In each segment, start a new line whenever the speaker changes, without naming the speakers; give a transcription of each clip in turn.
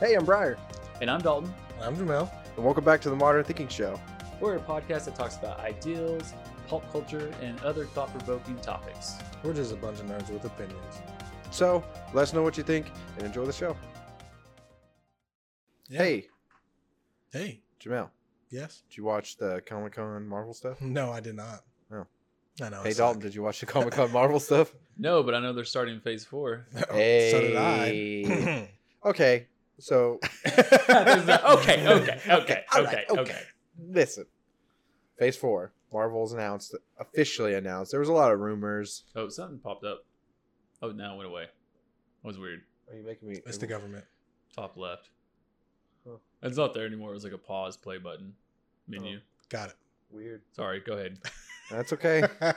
Hey, I'm Briar,
And I'm Dalton.
I'm Jamel.
and welcome back to the Modern Thinking Show.
We're a podcast that talks about ideals, pulp culture, and other thought provoking topics.
We're just a bunch of nerds with opinions.
So let us know what you think and enjoy the show.
Yeah.
Hey,
Hey.
Jamel,
Yes.
did you watch the Comic Con Marvel stuff?
No, I did not.
Oh.
I know. I
hey,
suck.
Dalton, did you watch the Comic Con Marvel stuff?
No, but I know they're starting phase four.
hey.
Oh, So did I.
okay, so
There's no- okay, okay, okay,
All
okay,
right,
okay.
listen, Phase Four, Marvel's announced officially announced. There was a lot of rumors.
Oh, something popped up. Oh, no, it went away. That was weird.
Are you making me?
It's the government.
Top left.
Huh.
It's not there anymore. It was like a pause play button menu.
Got
Weird.
Sorry, go ahead.
That's okay.
it.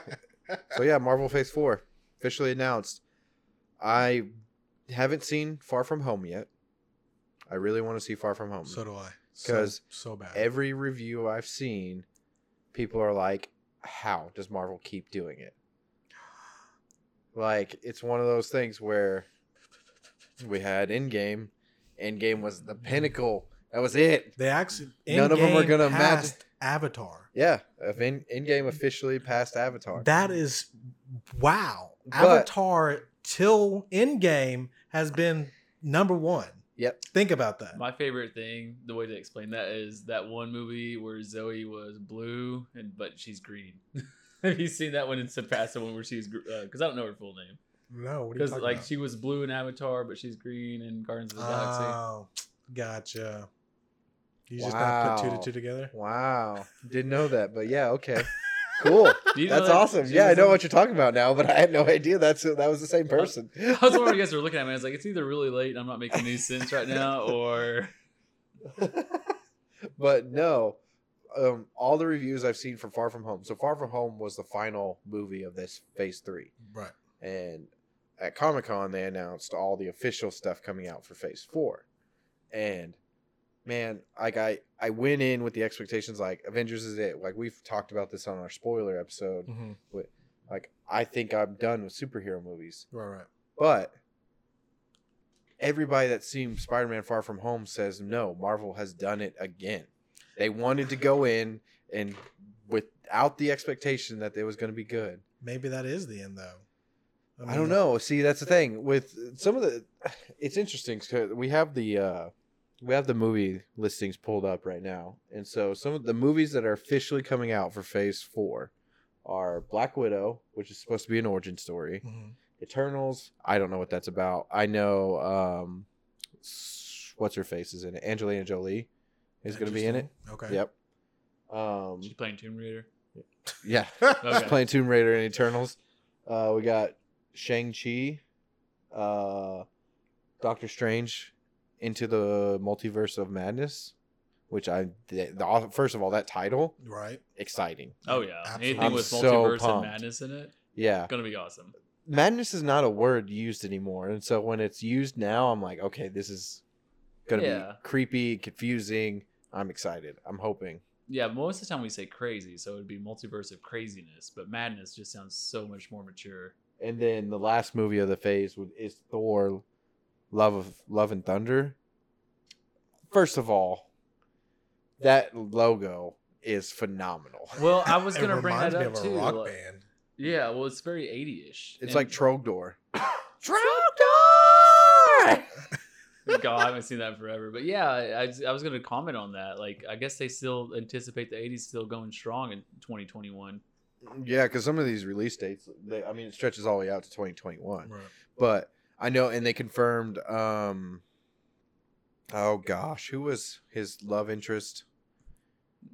so yeah, Marvel Phase Four officially announced. I haven't seen Far From Home yet. I really want to see Far From Home
so do I. So-
'Cause
so, bad.
every review I've seen, people are like, "How does Marvel keep doing it?" Like it's one of those things where we had Endgame. Endgame was the pinnacle. That was it.
they actually
None of 'em are
Endgame
gonna match-
passed Avatar.
Yeah, of in Endgame officially passed Avatar.
That is wow.
But-
Avatar till Endgame has been number one.
Yep.
Think about that.
My favorite thing, the way to explain that is that one movie where Zoe was blue and but she's green. Have you seen that one in Sepasa one where she's because I don't know her full name
no, what are you
because
talking
like
about?
she was blue in Avatar but she's green in Guardians of the Galaxy.
Oh, gotcha. You just not put two
Wow.
to two together.
Wow, didn't know that, but yeah, okay, cool.
Do you know
That's
that
awesome.
she
Yeah, I
was
know
in-
what you're talking about now, but I had no idea that's that was the same person.
I was wondering, you guys were looking at me. I was like, it's either really late and I'm not making any sense right now, or
but no, um, all the reviews I've seen for Far From Home. So Far From Home was the final movie of this Phase Three,
Right.
and at Comic Con they announced all the official stuff coming out for Phase Four, and man, like I I went in with the expectations like Avengers is it. Like we've talked about this on our spoiler episode.
Mm-hmm.
hmm
Like I think I'm done with superhero movies.
Right. Right.
But everybody that seen Spider Man Far From Home says no, Marvel has done it again. They wanted to go in and without the expectation that it was going to be good.
Maybe that is the end, though.
I don't know. See, that's the thing with some of the. It's interesting 'cause we have the uh, we have the movie listings pulled up right now, and so some of the movies that are officially coming out for Phase Four are Black Widow, which is supposed to be an origin story.
Mhm.
Eternals. I don't know what that's about. I know um s- what's her face is in it. Angelina Jolie is going to be in it.
Interesting. Okay.
Yep. Um
she's playing Tomb Raider.
yeah,
Okay.
playing Tomb Raider in Eternals. Uh we got Shang-Chi, uh Doctor Strange into the Multiverse of Madness, which I the, the, first of all that title
Right.
exciting.
Oh yeah,
Absolutely.
anything
I'm
with
so
multiverse and
pumped.
madness in it,
Yeah.
gonna be awesome.
madness is not a word used anymore and so when it's used now i'm like okay this is gonna
Yeah.
be creepy confusing i'm excited i'm hoping
Yeah, most of the time we say crazy, so it'd be multiverse of craziness, but madness just sounds so much more mature.
and then the last movie of the phase would- is thor love of love and thunder first of all that logo is phenomenal
Well, I was
It
gonna bring that
reminds me
up
of a
too.
rock
like-
band.
Yeah, well, it's very eighty-ish.
it's
And-
like trogdor
Trogdor.
God, I haven't seen that in forever. But yeah, I, I- I was gonna comment on that. Like, I guess they still anticipate the eighties still going strong in twenty twenty-one.
yeah because some of these release dates they, i mean it stretches all the way out to 2021
Right.
but I know, and they confirmed. um Oh gosh, who was his love interest?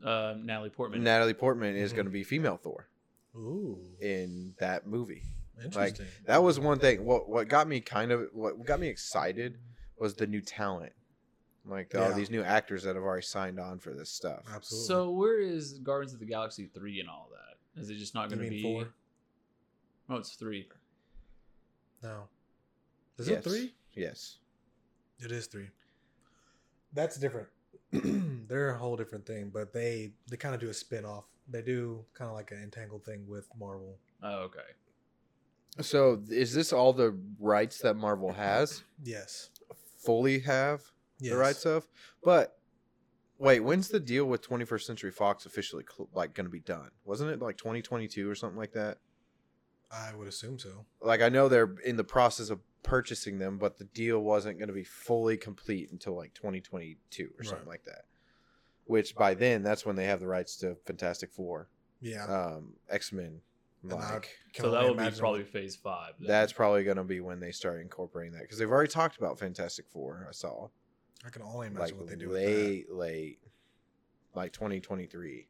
Uh, Natalie Portman.
Natalie Portman is
Mhm.
going to be female Thor
Ooh.
in that movie.
Interesting.
That was one thing. What what got me kind of what got me excited was the new talent, like all
Yeah.
these new actors that have already signed on for this stuff.
Absolutely.
so where is Guardians of the Galaxy three and all that? Is it just not
you
gonna
mean
be?
four?
Oh, it's three.
No. Is
Yes.
it three?
Yes.
It is three. That's different. They're a whole different thing, but they they kind of do a spin off. They do kind of like an entangled thing with Marvel.
Oh, okay.
So is this all the rights that Marvel has
Yes.
fully have? the right stuff. But wait, when's the deal with 21st Century Fox officially cl- like going to be done? Wasn't it like 2022 or something like that?
I would assume so.
Like I know they're in the process of purchasing them, but the deal wasn't going to be fully complete until like 2022 or something
Right.
like that. Which by then, that's when they have the rights to Fantastic Four,
Yeah.
um, X Men.
and I
Like
can
So
only
that would be
imagine
probably
what-
phase five. then.
that's probably going to be when they start incorporating that because they've already talked about Fantastic Four. I saw
I can only
like
imagine what they do with
late, late, like 2023.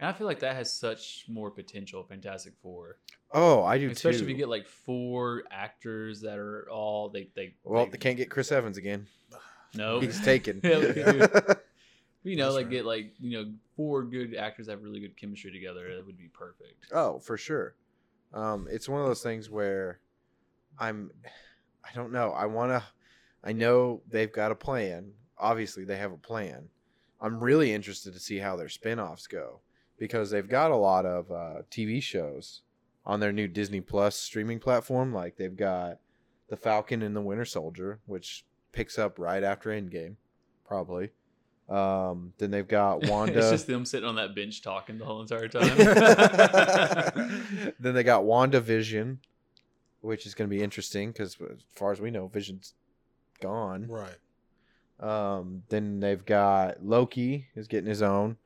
and I feel like that has such more potential. Fantastic Four,
Oh, I do
especially
too.
if you get like four actors that are all they they
well, they can't get Chris Evans again.
no
He's taken.
Yeah, we could you know
That's
like
right.
get like you know four good actors that have really good chemistry together. That would be perfect.
Oh, for sure. Um, it's one of those things where I'm, I don't know. I want to, I know they've got a plan. Obviously, they have a plan. I'm really interested to see how their spin offs go because they've got a lot of uh, TV shows on their new Disney Plus streaming platform. Like they've got The Falcon and the Winter Soldier, which picks up right after Endgame, probably. Um, then they've got Wanda.
it's just them sitting on that bench talking the whole entire time.
then they got WandaVision, which is going to be interesting because, as far as we know, Vision's
that.
gone.
Right.
Um, then they've got Loki is getting his own,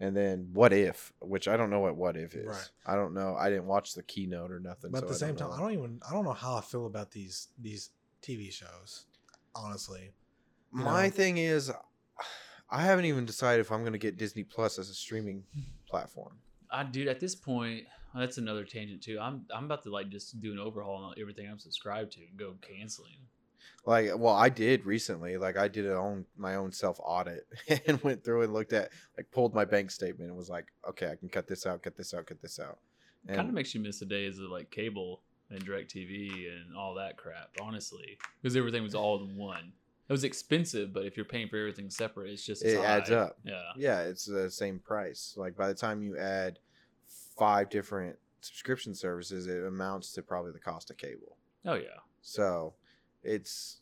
and then What If, which I don't know what What If is.
Right.
I don't know. I didn't watch the keynote or nothing.
But
so
at the
I
same
don't
time,
know.
I don't even I don't know how I feel about these these TV shows. Honestly, you
My
know.
thing is, I haven't even decided if I'm going to get Disney Plus as a streaming platform.
I dude, at this point, that's another tangent too. I'm I'm about to like just do an overhaul on everything I'm subscribed to and go canceling.
Like, well, I did recently. Like, I did a own my own self audit and went through and looked at, like, pulled my bank statement and was like, okay, I can cut this out, cut this out, cut this out. And
Kind of makes you miss the days of like cable and direct TV and all that crap, honestly, because everything was all in one. It was expensive, but if you're paying for everything separate, it's just
It
it's
adds
high.
up.
Yeah,
yeah, it's the same price. Like, by the time you add five different subscription services, it amounts to probably the cost of cable.
oh yeah,
So, it's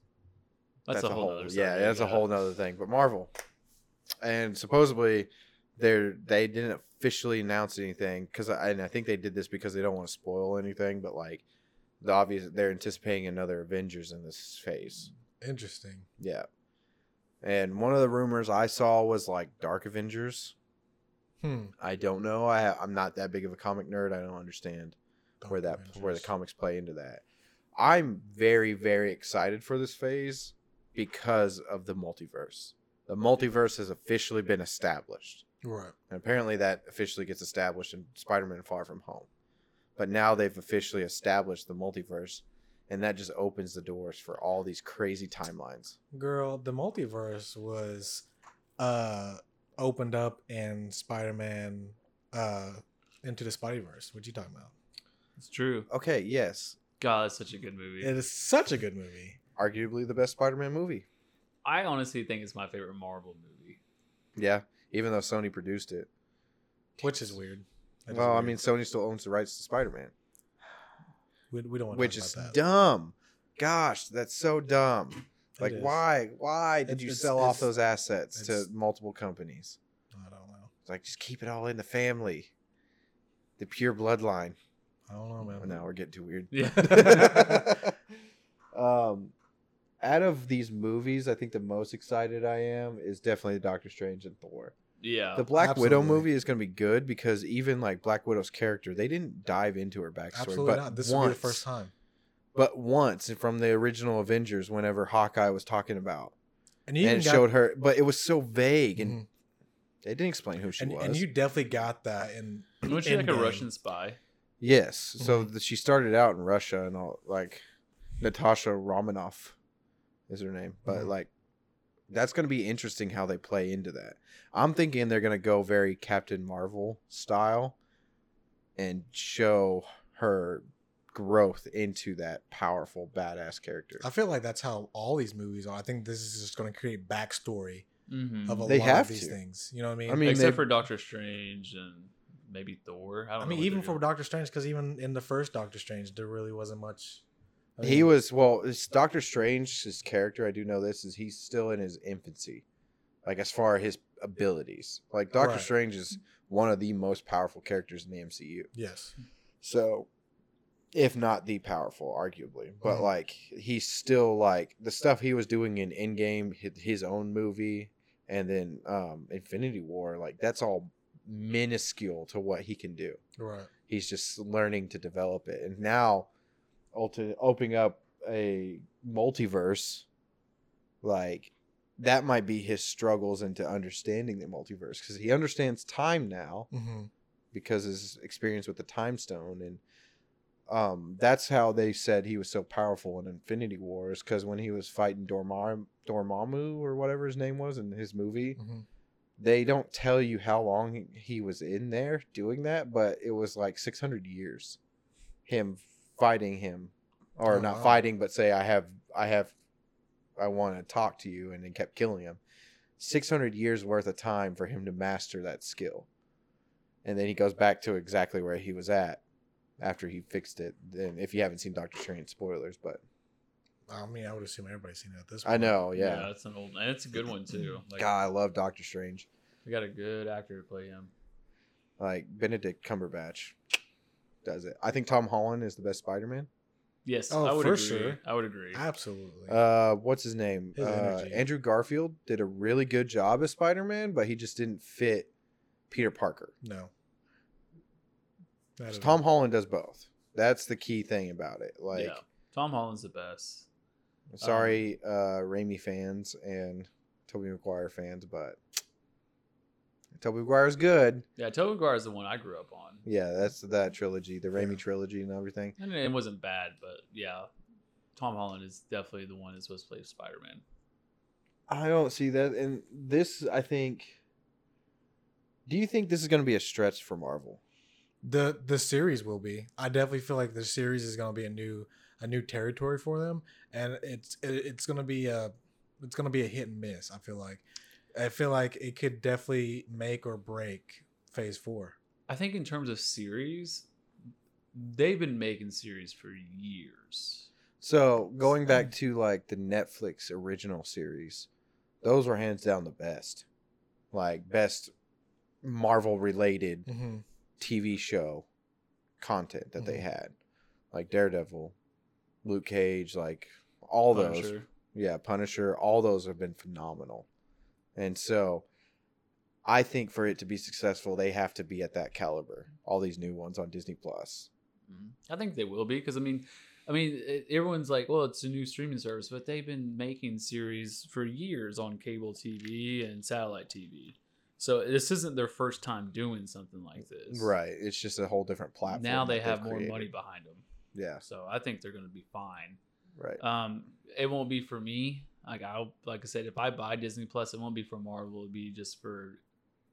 that's, a whole, other
yeah,
subject,
that's a whole nother thing. But Marvel, and supposedly they they didn't officially announce anything because I and I think they did this because they don't want to spoil anything. But like the obvious, they're anticipating another Avengers in this phase.
interesting.
Yeah, and one of the rumors I saw was like Dark Avengers.
Hmm.
I don't know. I ha- I'm not that big of a comic nerd. I don't understand where that
Dark
where the
Avengers.
comics play into that. I'm very very excited for this phase because of the multiverse. The multiverse has officially been established,
Right.
and apparently that officially gets established in Spider-Man: Far From Home. But now they've officially established the multiverse, and that just opens the doors for all these crazy timelines.
Girl, the multiverse was uh opened up in Spider-Man uh into the Spideyverse. What you talking about?
It's true.
Okay, yes,
God, that's such a good movie.
It is such a good movie.
arguably the best Spider-Man movie.
I honestly think it's my favorite Marvel movie.
Yeah, even though Sony produced it.
Which is weird. That is
well, I
weird.
mean, Sony still owns the rights to Spider-Man.
we, we don't want
which
to
is
talk about that.
dumb. Gosh, that's so dumb.
It
Like,
is.
why? Why did
It's-
you
it's-
sell off
it's-
those assets to
it's-
multiple companies?
I don't know.
It's like, just keep it all in the family, the pure bloodline.
I don't know, Oh, man.
now we're getting too weird.
Yeah.
um, out of these movies, I think the most excited I am is definitely Doctor Strange and Thor.
yeah.
The Black Widow
absolutely.
movie is going to be good because even like Black Widow's character, they didn't dive into her backstory.
Absolutely
but
not. This
once,
will be the first time.
but once from the original Avengers, whenever Hawkeye was talking about
And you
and
even got,
showed her, but it was so vague and
Mhm.
they didn't explain who she
and,
was.
and you definitely got that in
Wasn't she like a
Endgame.
Russian spy?
yes, so
Mm-hmm.
that she started out in Russia and all like Natasha Romanoff is her name, but
Mhm.
like that's going to be interesting how they play into that. I'm thinking they're going to go very Captain Marvel style and show her growth into that powerful badass character.
I feel like that's how all these movies are. I think this is just going to create backstory
Mm-hmm.
of a
They
lot
have
of these
to.
things. You know what I mean?
I mean,
Except
they-
for Doctor Strange and maybe Thor. I don't
I
know
mean,
what
even
they're
for
doing.
Doctor Strange, because even in the first Doctor Strange, there really wasn't much
He was well. It's Doctor Strange, his character. I do know this is he's still in his infancy, like as far as his abilities. Like Doctor
Right.
Strange is one of the most powerful characters in the MCU.
Yes.
So, if not the powerful, arguably, but
Mhm.
like he's still like the stuff he was doing in Endgame, his, his own movie, and then um Infinity War. Like that's all minuscule to what he can do
Right.
he's just learning to develop it and now ulti- opening up a multiverse like that might be his struggles into understanding the multiverse because he understands time now
Mm-hmm.
because his experience with the time stone and um that's how they said he was so powerful in infinity wars because when he was fighting Dormar- dormammu or whatever his name was in his movie
hmm
they don't tell you how long he was in there doing that, but it was like 600 years him fighting him or
Oh,
not
wow.
fighting but say I have I have I want to talk to you and then kept killing him. 600 years worth of time for him to master that skill. And then he goes back to exactly where he was at after he fixed it. Then if you haven't seen Doctor Strange spoilers, but
I mean, I would assume everybody's seen it at this point.
I know, yeah.
that's an old and it's a good one too. Like
God, I love Doctor Strange.
we got a good actor to play him.
like Benedict Cumberbatch does it. I think Tom Holland is the best Spider-Man.
Yes,
Oh,
I would
for
agree.
sure.
I would agree.
Absolutely.
Uh, what's his name?
His
uh,
energy.
Andrew Garfield did a really good job as Spider-Man, but he just didn't fit Peter Parker.
no. Not
'Cause
at
Tom
all.
Holland does both. That's the key thing about it. Like,
yeah,
Um,
Tom Holland's the best.
sorry, uh, Raimi fans and Tobey Maguire fans, but Tobey Maguire's good.
Yeah, Tobey Maguire is the one I grew up on.
Yeah, that's that trilogy, the Raimi
Yeah.
trilogy, and everything.
And it wasn't bad, but yeah, Tom Holland is definitely the one that's supposed to play Spider Man.
I don't see that. And this, I think. Do you think this is going to be a stretch for Marvel?
the the series will be. I definitely feel like the series is going to be a new a new territory for them, and it's it, it's going to be a it's going to be a hit and miss. I feel like I feel like it could definitely make or break Phase Four.
I think in terms of series, they've been making series for years.
So going back to like the Netflix original series, those were hands down the best, like best Marvel related
Mm-hmm.
TV show content that they
Mhm.
had, like Daredevil, Luke Cage, like all those.
Punisher.
Yeah, Punisher, all those have been phenomenal. And so I think for it to be successful, they have to be at that caliber. All these new ones on Disney Plus.
Mhm. I think they will be because I mean, I mean, it, everyone's like, well, it's a new streaming service, but they've been making series for years on cable TV and satellite TV. So this isn't their first time doing something like this.
Right. It's just a whole different platform.
Now they
that
have
they've
more
created.
money behind them.
Yeah.
So I think they're going to be fine.
Right.
Um, it won't be for me. Like I like I said, if I buy Disney Plus, it won't be for Marvel. It'll be just for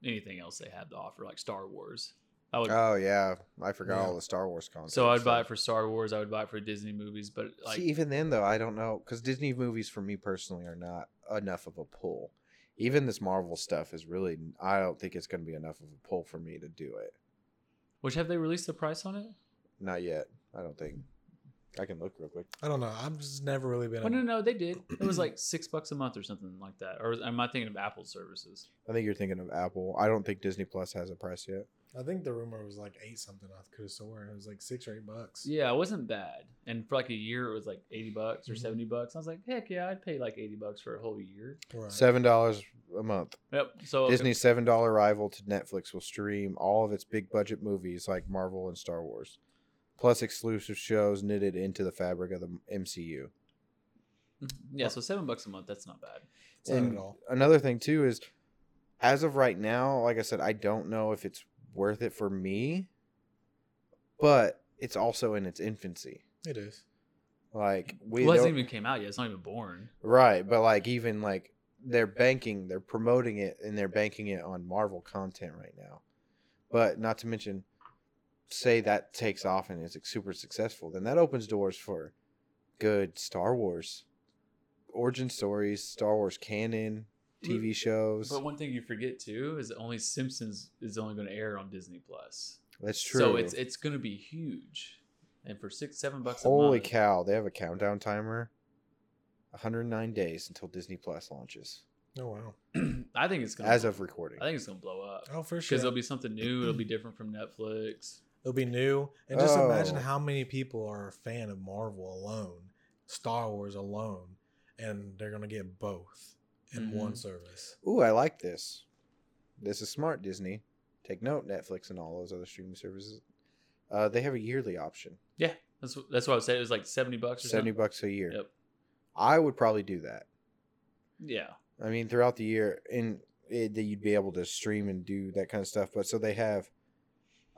anything else they have to offer, like Star Wars. I would.
Oh yeah. I forgot
Yeah.
all the Star Wars content.
so I'd buy it for Star Wars. I would buy it for Disney movies. But like,
See, even then though, I don't know because Disney movies for me personally are not enough of a pull. Even this Marvel stuff is really I don't think it's gonna be enough of a pull for me to do it.
which have they released the price on it?
Not yet. I don't think. I can look real quick.
I don't know. I've just never really been.
Oh, no, no, they did. It was like six bucks a month or something like that. Or am I thinking of Apple services?
I think you're thinking of Apple. I don't think Disney Plus has a price yet.
I think the rumor was like eight something. I could have sworn it was like six or eight bucks.
Yeah, it wasn't bad. And for like a year, it was like eighty bucks or
Mm-hmm.
Mhm.
seventy bucks. I was like, heck yeah, I'd pay like eighty bucks for a whole year.
Right.
Seven dollars a month.
Yep. So
Disney's seven dollar rival to Netflix will stream all of its big budget movies like Marvel and Star Wars, plus exclusive shows knitted into the fabric of the MCU.
Mm-hmm. Yeah, so seven bucks a month. That's not bad.
It's not
And
at all.
another thing too is, as of right now, like I said, I don't know if it's worth it for me, but it's also in its infancy.
It is.
Like we
well, it
don't-
hasn't even came out yet. It's not even born.
Right, but like even like they're banking, they're promoting it, and they're banking it on Marvel content right now. But not to mention, say that takes off and is super successful, then that opens doors for good Star Wars origin stories, Star Wars canon, TV shows.
But one thing you forget too is that only Simpsons is only going to air on Disney Plus.
That's true.
So it's it's going to be huge. and for six, seven bucks. a
Holy
month,
cow! They have a countdown timer. 109 days until Disney Plus launches,
Oh wow.
I think it's gonna.
as of recording.
I think it's gonna blow up
Oh, for sure.
because it'll be something new. It'll be different from Netflix.
It'll be new. And just imagine
Oh.
how many people are a fan of Marvel alone, Star Wars alone, and they're going to get both in one
Mhm.
service.
Ooh, I like this. This is smart, Disney. Take note, Netflix and all those other streaming services. Uh, they have a yearly option,
Yeah, that's wh- that's what I was saying. It was like seventy bucks or
seventy
something.
bucks a year.
Yep.
I would probably do that.
Yeah.
I mean, throughout the year, and it, that you'd be able to stream and do that kind of stuff. But so they have.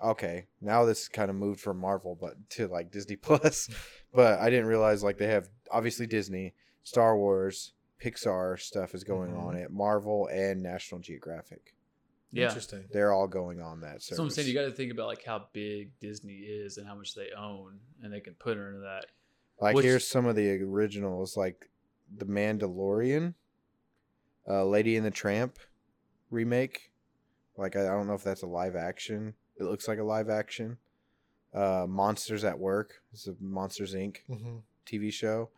Okay, now this kind of moved from Marvel, but to like Disney Plus. but I didn't realize like they have obviously Disney, Star Wars, Pixar stuff is going
Mhm.
Mm-hmm.
on it, Marvel and National Geographic.
Yeah.
Interesting.
They're all going on that. Service.
That's what I'm saying. You got to think about like how big Disney is and how much they own, and they can put into that.
Like
Which-
here's some of the originals, like The Mandalorian, uh, Lady and the Tramp remake. Like I, I don't know if that's a live action. It looks like a live action. Uh, Monsters at Work. It's a Monsters Inc.
hmm
TV show.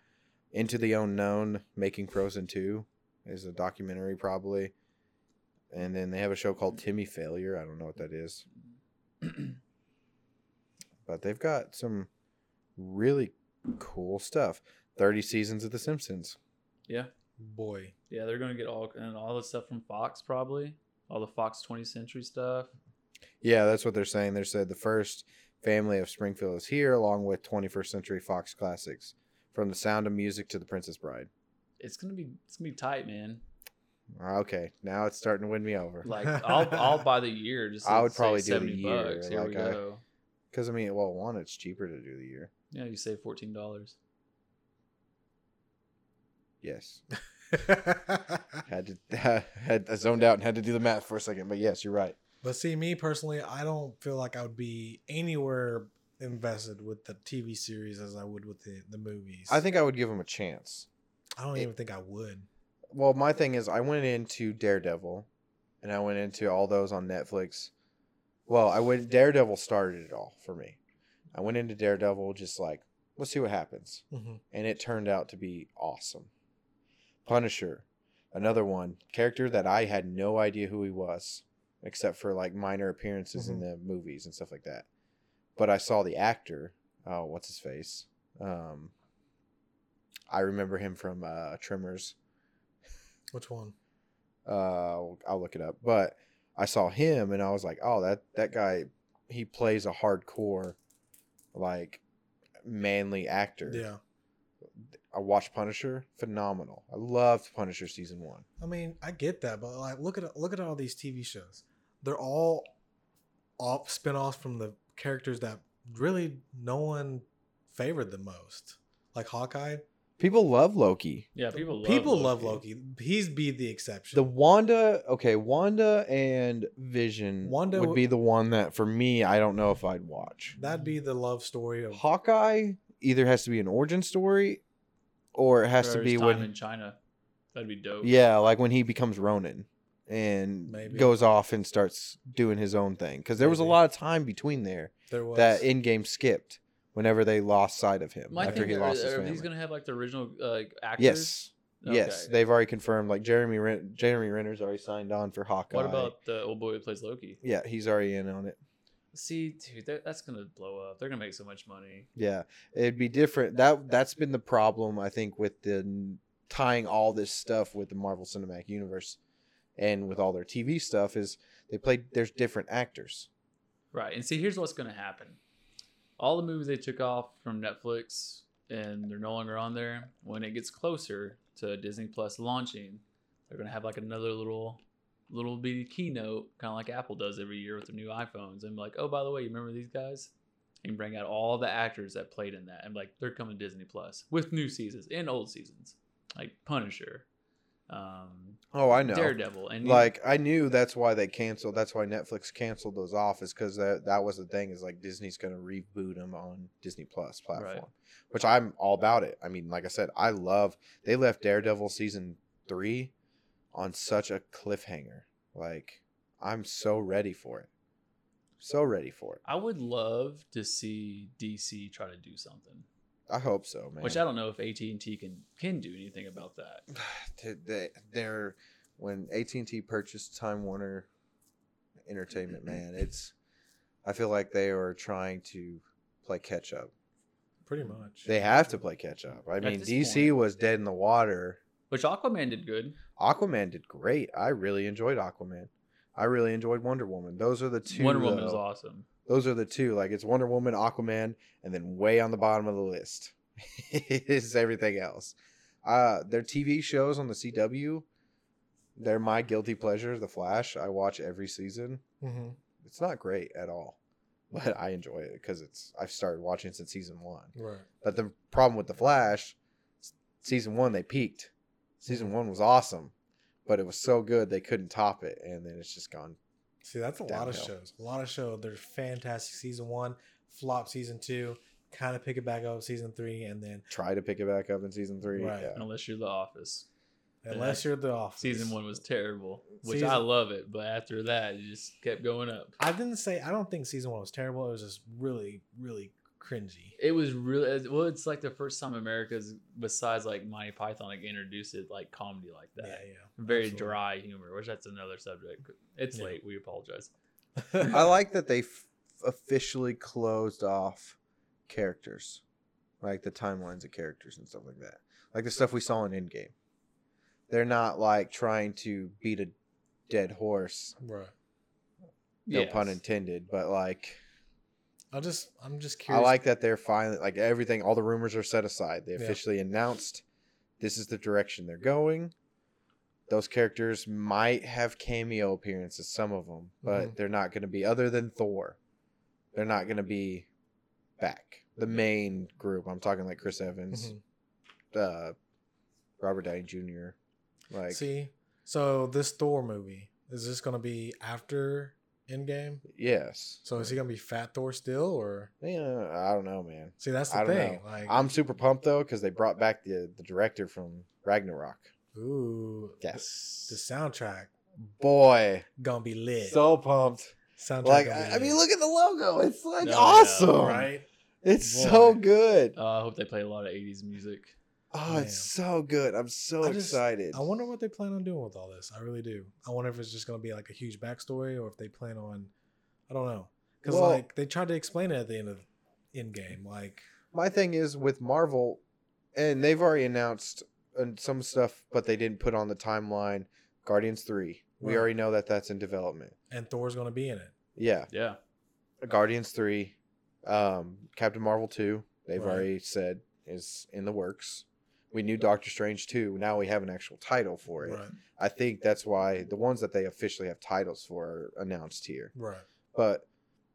Into the Unknown, Making Frozen Two, is a documentary probably. And then they have a show called Timmy Failure. I don't know what that is, but they've got some really cool stuff. Thirty seasons of The Simpsons.
yeah.
Boy.
Yeah, they're gonna get all and all the stuff from Fox probably. All the Fox 20th Century stuff.
Yeah, that's what they're saying. They said the first family of Springfield is here, along with 21st Century Fox classics, from The Sound of Music to The Princess Bride.
It's gonna be it's gonna be tight, man.
Okay, now it's starting to win me over.
Like I'll I'll buy the year. Just
I would
say
probably do the
70
year,
Bucks. Here we
like uh, I-
go.
Because I mean, well, one, it's cheaper to do the year.
Yeah, you save fourteen dollars.
Yes, had to had I zoned out and had to do the math for a second. But yes, you're right.
but see, me personally, I don't feel like I would be anywhere invested with the TV series as I would with the, the movies.
I think I would give them a chance.
I don't even think I would.
well my thing is i went into daredevil and i went into all those on netflix well i went daredevil started it all for me i went into daredevil just like let's see what happens
hmm
and it turned out to be awesome punisher another one character that i had no idea who he was except for like minor appearances in
Mhm.
the movies and stuff like that but i saw the actor oh what's his face um i remember him from uh tremors
Which one?
uh I'll look it up, but I saw him and I was like, "Oh, that that guy he plays a hardcore like manly actor."
Yeah.
I watched Punisher, phenomenal. I loved Punisher season 1.
I mean, I get that, but like, look at look at all these TV shows. They're all off spin-offs from the characters that really no one favored the most. Like Hawkeye,
People love Loki.
Yeah, people love
people
Loki.
love Loki. He's be the exception.
The Wanda, okay, Wanda and Vision
Wanda
would
w-
be the one that for me I don't know if I'd watch.
That'd be the love story of
Hawkeye either has to be an origin story or it has
Or
to
his
be
time
when
in China. That'd be dope.
Yeah, like when he becomes Ronin and
Maybe.
goes off and starts doing his own thing. Because there was a
Maybe.
lot of time between there
there was
that in game skipped whenever they lost sight of him
My
after
thing
he
are-
lost his
uh, are,
family.
these gonna have like the original uh, like, actors?
yes, yes,
Okay.
they've already confirmed. Like Jeremy Ren- Jeremy Renner's already signed on for Hawkeye.
What about the old boy who plays Loki?
Yeah, he's already in on it.
See, dude, that, that's gonna blow up. They're gonna make so much money.
Yeah, it'd be different. That that's been the problem I think with the n- tying all this stuff with the Marvel Cinematic Universe and with all their TV stuff is they play. There's different actors.
Right. And see, here's what's going to happen. All the movies they took off from Netflix and they're no longer on there. When it gets closer to Disney Plus launching, they're going to have like another little little bitty keynote, kind of like Apple does every year with their new iPhones. And be like, oh, by the way, you remember these guys? And bring out all the actors that played in that. And like, they're coming to Disney Plus with new seasons and old seasons, like Punisher, um,
Oh, I know.
Daredevil. And
like i knew that's why they canceled that's why netflix canceled those off is because that, that was the thing is like disney's going to reboot them on disney plus platform which i'm all about it i mean like i said i love they left daredevil season three on such a cliffhanger like i'm so ready for it So ready for it.
I would love to see DC try to do something,
I hope so, man.
which I don't know if AT and T can can do anything about that.
Dude, they, they're when AT and T purchased Time Warner Entertainment, man. It's I feel like they are trying to play catch up.
Pretty much.
They have to play catch up. I
At
mean,
this
DC
point.
was dead in the water.
Which Aquaman did good.
Aquaman did great. I really enjoyed Aquaman. I really enjoyed Wonder Woman. Those are the two.
Wonder Woman is
though.
awesome.
Those are the two. Like it's Wonder Woman, Aquaman, and then way on the bottom of the list is everything else. Uh, their TV shows on the CW, they're my guilty pleasure. The Flash, I watch every season.
hmm
It's not great at all, but I enjoy it because it's I've started watching since season one.
Right.
But the problem with the Flash, s- season one they peaked. Season one was awesome, but it was so good they couldn't top it, and then it's just gone.
See, that's a lot of
Downhill.
shows. A lot of shows. There's fantastic season one, flop season two, kind of pick it back up season three, and then
Try to pick it back up in season three.
Right.
Yeah.
Unless you're The Office.
unless you're the office.
Season one was terrible, which I
Season-
love it, but after that, it just kept going up.
I didn't say I don't think season one was terrible. It was just really, really cringy.
It was really well. It's like the first time America's, besides like Monty Python, like introduced it like comedy like that.
Yeah, yeah.
Very
absolutely.
dry humor, which that's another subject. It's
Yeah.
late. We apologize.
I like that they f- officially closed off characters, like the timelines of characters and stuff like that, like the stuff we saw in Endgame. They're not like trying to beat a dead horse,
Right.
no
Yes.
pun intended, but like
I just I'm just curious.
I like that they're finally like everything. All the rumors are set aside. They
Yeah.
officially announced this is the direction they're going. Those characters might have cameo appearances, some of them, but
Mhm.
they're not going to be other than Thor. They're not going to be back. The
Mm-hmm.
main group. I'm talking like Chris Evans,
Mhm.
uh, Robert Downey Jr. Like
See, so this Thor movie is this going to be after Endgame?
yes,
So is he going to be Fat Thor still, or
yeah. I don't know, man.
see that's
I
the
don't
thing?
know.
Like,
I'm super pumped though because they brought back the the director from Ragnarok.
ooh,
Yes,
the soundtrack
boy.
gonna be lit.
So pumped.
soundtrack
Like,
gonna be
I, I mean, um,
lit.
look at the logo. It's like
No, yeah,
awesome.
right.
It's
Boy.
so good.
Uh, I hope they play a lot of '80s music.
Oh,
man.
it's so good. I'm so
I just-
excited.
I wonder what they plan on doing with all this. I really do. I wonder if it's just going to be like a huge backstory or if they plan on, I don't know. Because
Well-
like they tried to explain it at the end of in game, like
My thing is with Marvel, and they've already announced uh, some stuff, but they didn't put on the timeline. Guardians 3. We
Right.
already know that that's in development.
and Thor's going to be in it.
Yeah.
Yeah,
Guardians 3. Um, Captain Marvel 2. They've
Right.
already said is in the works. We knew Doctor Strange 2. Now we have an actual title for it.
Right,
I think that's why the ones that they officially have titles for are announced here.
right.
But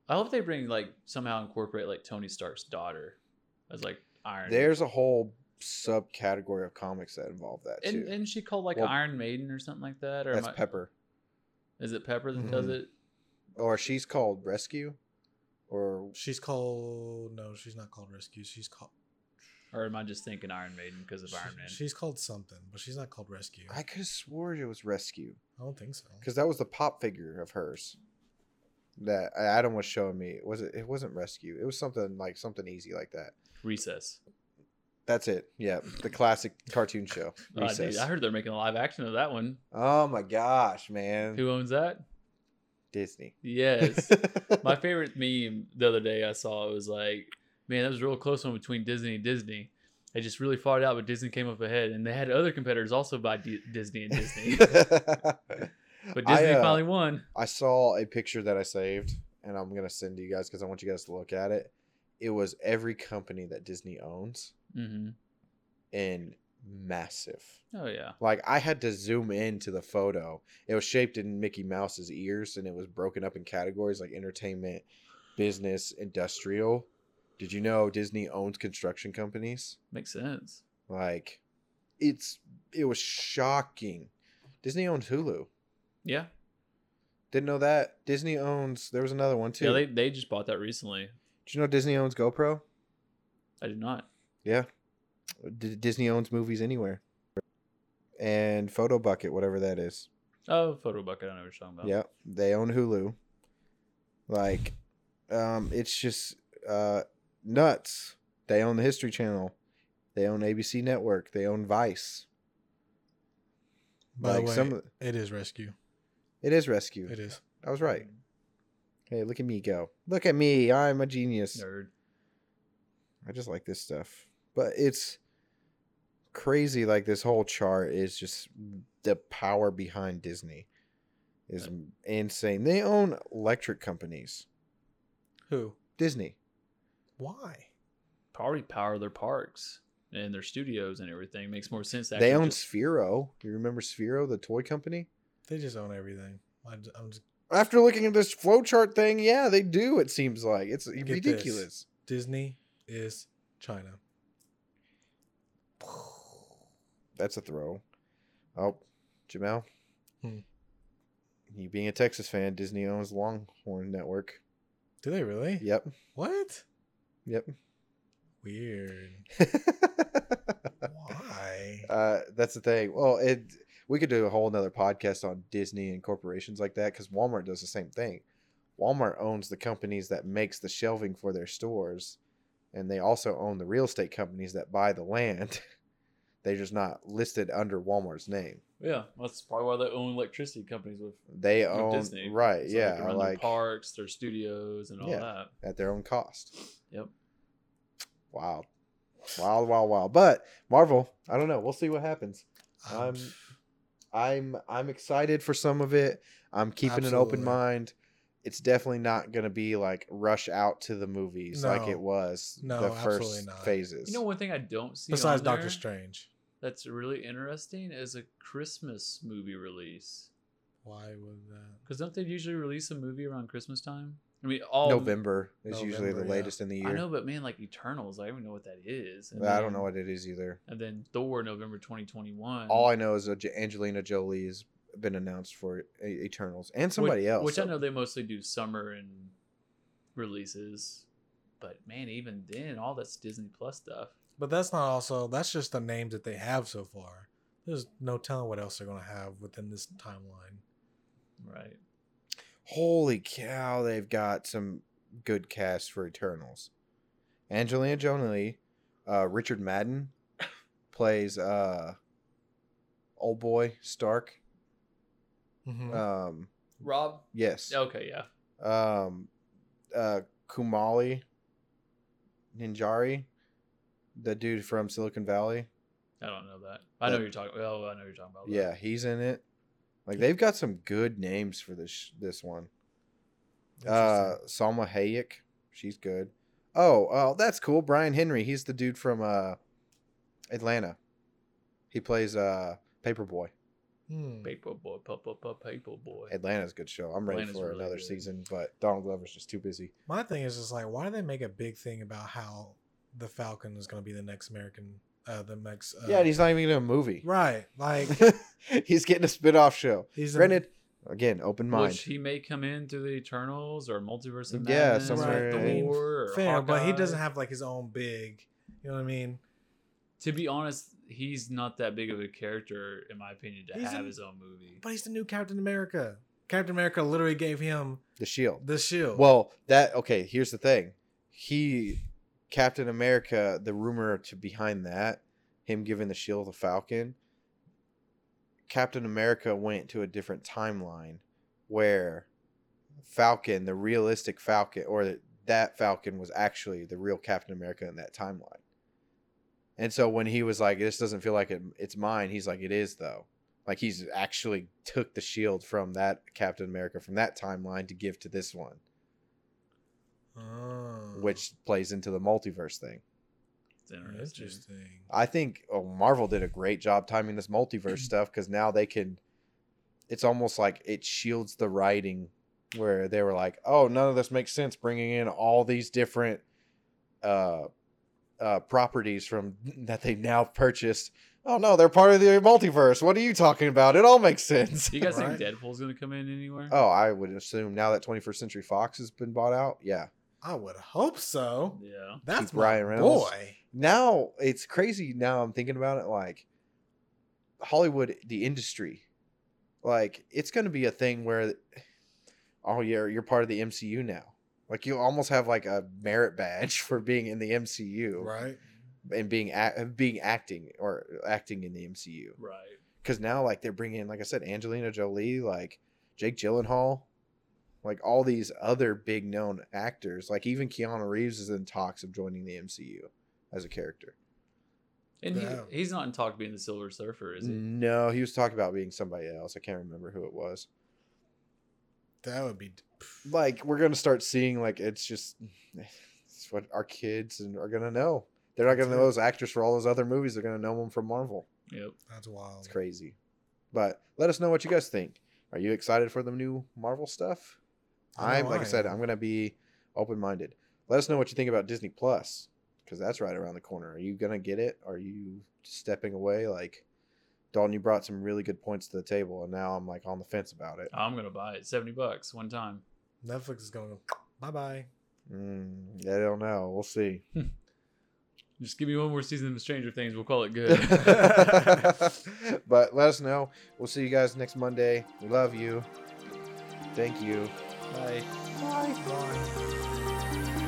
I hope they bring like somehow incorporate like Tony Stark's daughter as like Iron.
there's a whole subcategory of comics that involve that too.
and and she called like
Well-
Iron Maiden or something like that, or am
that's
I,
Pepper.
is it Pepper that does
Mhm.
it?
Or she's called Rescue. Or
She's called no, she's not called Rescue. She's called
Or am I just thinking Iron Maiden because of Iron Man?
she- she's called something, but she's not called Rescue. I,
I could have swore it was Rescue.
don't think so.
Because that was the pop figure of hers. That Adam was showing me. Was it it wasn't Rescue. It was something like something easy like that.
Recess. Oh,
That's it. Yeah. The classic cartoon show.
Uh, dude,
Recess.
I heard they're making a live action of that one.
oh my gosh, man.
Who owns that?
Disney.
Yes. My favorite meme the other day I saw was like, man, that was a real close one between Disney and Disney. They just really fought it out, but Disney came up ahead, and they had other competitors also by D- Disney and Disney. but Disney
I, uh,
finally won.
I saw a picture that I saved, and I'm gonna send to you guys because I want you guys to look at it. It was every company that Disney owns
hmm
and massive.
Oh yeah,
Like I had to zoom into the photo. It was shaped in Mickey Mouse's ears, and it was broken up in categories like entertainment, business, industrial. Did you know Disney owns construction companies?
makes sense.
Like, it's it was shocking. Disney owns Hulu.
Yeah,
Didn't know that. Disney owns. There was another one too.
yeah. They they just bought that recently.
Did you know Disney owns GoPro?
I did not.
Yeah. D- Disney owns movies anywhere. And Photo Bucket, whatever that is.
Oh, photo bucket. I know what you're talking about.
Yeah. They own Hulu. Like, um, it's just uh, nuts. They own the History Channel. They own ABC Network. They own Vice.
By the
like
way,
some,
it is rescue.
it is rescue.
It is. Mm.
I was right. Hey, look at me go. Look at me. I'm a genius.
Nerd.
I just like this stuff. But it's crazy. Like this whole chart is just the power behind Disney is insane. They own electric companies.
Who?
Disney.
Why?
Probably power their parks and their studios and everything. Makes more sense. to
they
actually
own
just-
Sphero. You remember Sphero, the toy company?
They just own everything. I j- I'm just,
After looking at this flowchart thing, yeah, they do. It seems like it's
Get this.
ridiculous.
Disney is China.
That's a throw. Oh, Jamel.
Hmm.
You being a Texas fan, Disney owns Longhorn Network.
Do they really?
Yep.
What?
Yep.
Weird. Why?
uh, that's the thing. Well, it we could do a whole nother podcast on Disney and corporations like that because Walmart does the same thing. Walmart owns the companies that makes the shelving for their stores, and they also own the real estate companies that buy the land. They're just not listed under Walmart's name.
Yeah, that's probably why they own electricity companies with
They
With
own
Disney,
right,
so
Uh,
they
yeah,
can run their
like
parks, their studios, and all
Yeah.
that.
at their own cost.
Yep.
Wild, wild, wild, wild. But Marvel, I don't know. We'll see what happens. I'm I'm I'm excited for some of it. I'm keeping an
Absolutely.
open mind. It's definitely not going to be like rush out to the movies like
No.
it was
No,
the
absolutely
first
not.
phases.
You know, one thing I don't see
besides
on there
Doctor Strange.
that's really interesting is a Christmas movie release.
Why would that?
Because don't they usually release a movie around Christmas time? I mean, all
November is usually the
November, yeah.
latest in the year.
Um, I know, but man, like Eternals, I don't even know what that is.
But I don't know what it is either.
And then Thor, November 2021.
All Oh, I know is that J- Angelina Jolie has been announced for E- Eternals and somebody
which,
else.
Which I know they mostly do summer and releases. But man, even then, all that's Disney Plus stuff.
But that's not also. That's just the names that they have so far. There's no telling what else they're gonna have within this timeline.
Right.
Holy cow, they've got some good cast for Eternals. Angelina Jolie, uh, Richard Madden plays uh, old boy Stark.
Mm-hmm.
Um,
Rob?
yes.
Okay, yeah.
Um, uh, Kumali Ninjari, the dude from Silicon Valley.
I don't know that. I know
That-
you're talking. Oh, I know you're talking about. that.
Yeah, he's in it. Like they've got some good names for this sh- this one. Uh,
Interesting.
Salma Hayek, she's good. Oh, oh, that's cool. Brian Henry, he's the dude from uh, Atlanta. He plays uh, Paperboy.
Hmm.
Paper boy, paper, paper, paper boy.
Atlanta's a good show. I'm ready
Atlanta's
for
really
another
good.
season, but Donald Glover's just too busy.
My thing is just like, why do they make a big thing about how the Falcon is gonna be the next American, uh, the next? Uh,
yeah, and he's not even in a movie.
right. Like
he's getting a spin-off show.
he's in-
Granted, again, open mind.
Which he may come in through the Eternals or Multiverse of
Yeah,
Madness
somewhere
or
in-
Thor or
fair, but he doesn't
Hawkeye.
have like his own big. You know what I mean?
To be honest, he's not that big of a character, in my opinion, to
He's
have
in-
his own movie.
But he's the new Captain America. Captain America literally gave him
The Shield.
the shield.
Well, that okay. Here's the thing. He, Captain America. The rumor to behind that, him giving the shield to Falcon. Captain America went to a different timeline, where Falcon, the realistic Falcon, or that Falcon was actually the real Captain America in that timeline. And so when he was like, "This doesn't feel like it, it's mine," he's like, "It is though." Like he's actually took the shield from that Captain America from that timeline to give to this one
Oh,
which plays into the multiverse thing.
It's interesting.
interesting.
I think oh, Marvel did a great job timing this multiverse stuff because now they can. It's almost like it shields the writing, where they were like, "Oh, none of this makes sense," bringing in all these different uh, uh, properties from that they now purchased. Oh no, they're part of the multiverse. What are you talking about? It all makes sense.
Do you guys
Right.
think Deadpool's gonna come in anywhere?
Oh, I would assume now that 21st Century Fox has been bought out. Yeah,
I would hope so.
yeah.
That's
Keep
my
Ryan Reynolds.
boy.
now it's crazy now i'm thinking about it like hollywood the industry like it's going to be a thing where oh you're you're part of the MCU now. Like you almost have like a merit badge for being in the MCU
right?
and being ac- being acting or acting in the MCU.
Right.
Because now like they're bringing in, like I said, Angelina Jolie, like Jake Gyllenhaal, like all these other big known actors. Like even Keanu Reeves is in talks of joining the MCU as a character.
And he,
Yeah.
he's not in talk of being the Silver Surfer, is he?
Mm.
No, he was talking about being somebody else. I can't remember who it was.
That would be d-
Like we're gonna start seeing like it's just it's what our kids and are gonna know. They're not gonna know those actors for all those other movies. They're gonna know them from Marvel.
Yep.
that's wild.
It's crazy. But let us know what you guys think. Are you excited for the new Marvel stuff?
I
I'm
know
like I
I
said,
am.
I'm gonna be open minded. Let us know what you think about Disney Plus because that's right around the corner. Are you gonna get it? Are you stepping away? Like Dalton, you brought some really good points to the table, and now I'm like on the fence about it.
I'm gonna buy it. Seventy bucks one time.
Netflix is going to go, bye bye.
Mm, I don't know. We'll see.
Just give me one more season of Stranger Things. We'll call it good.
but let us know. We'll see you guys next Monday. We love you. Thank you.
Bye.
Bye. Bye.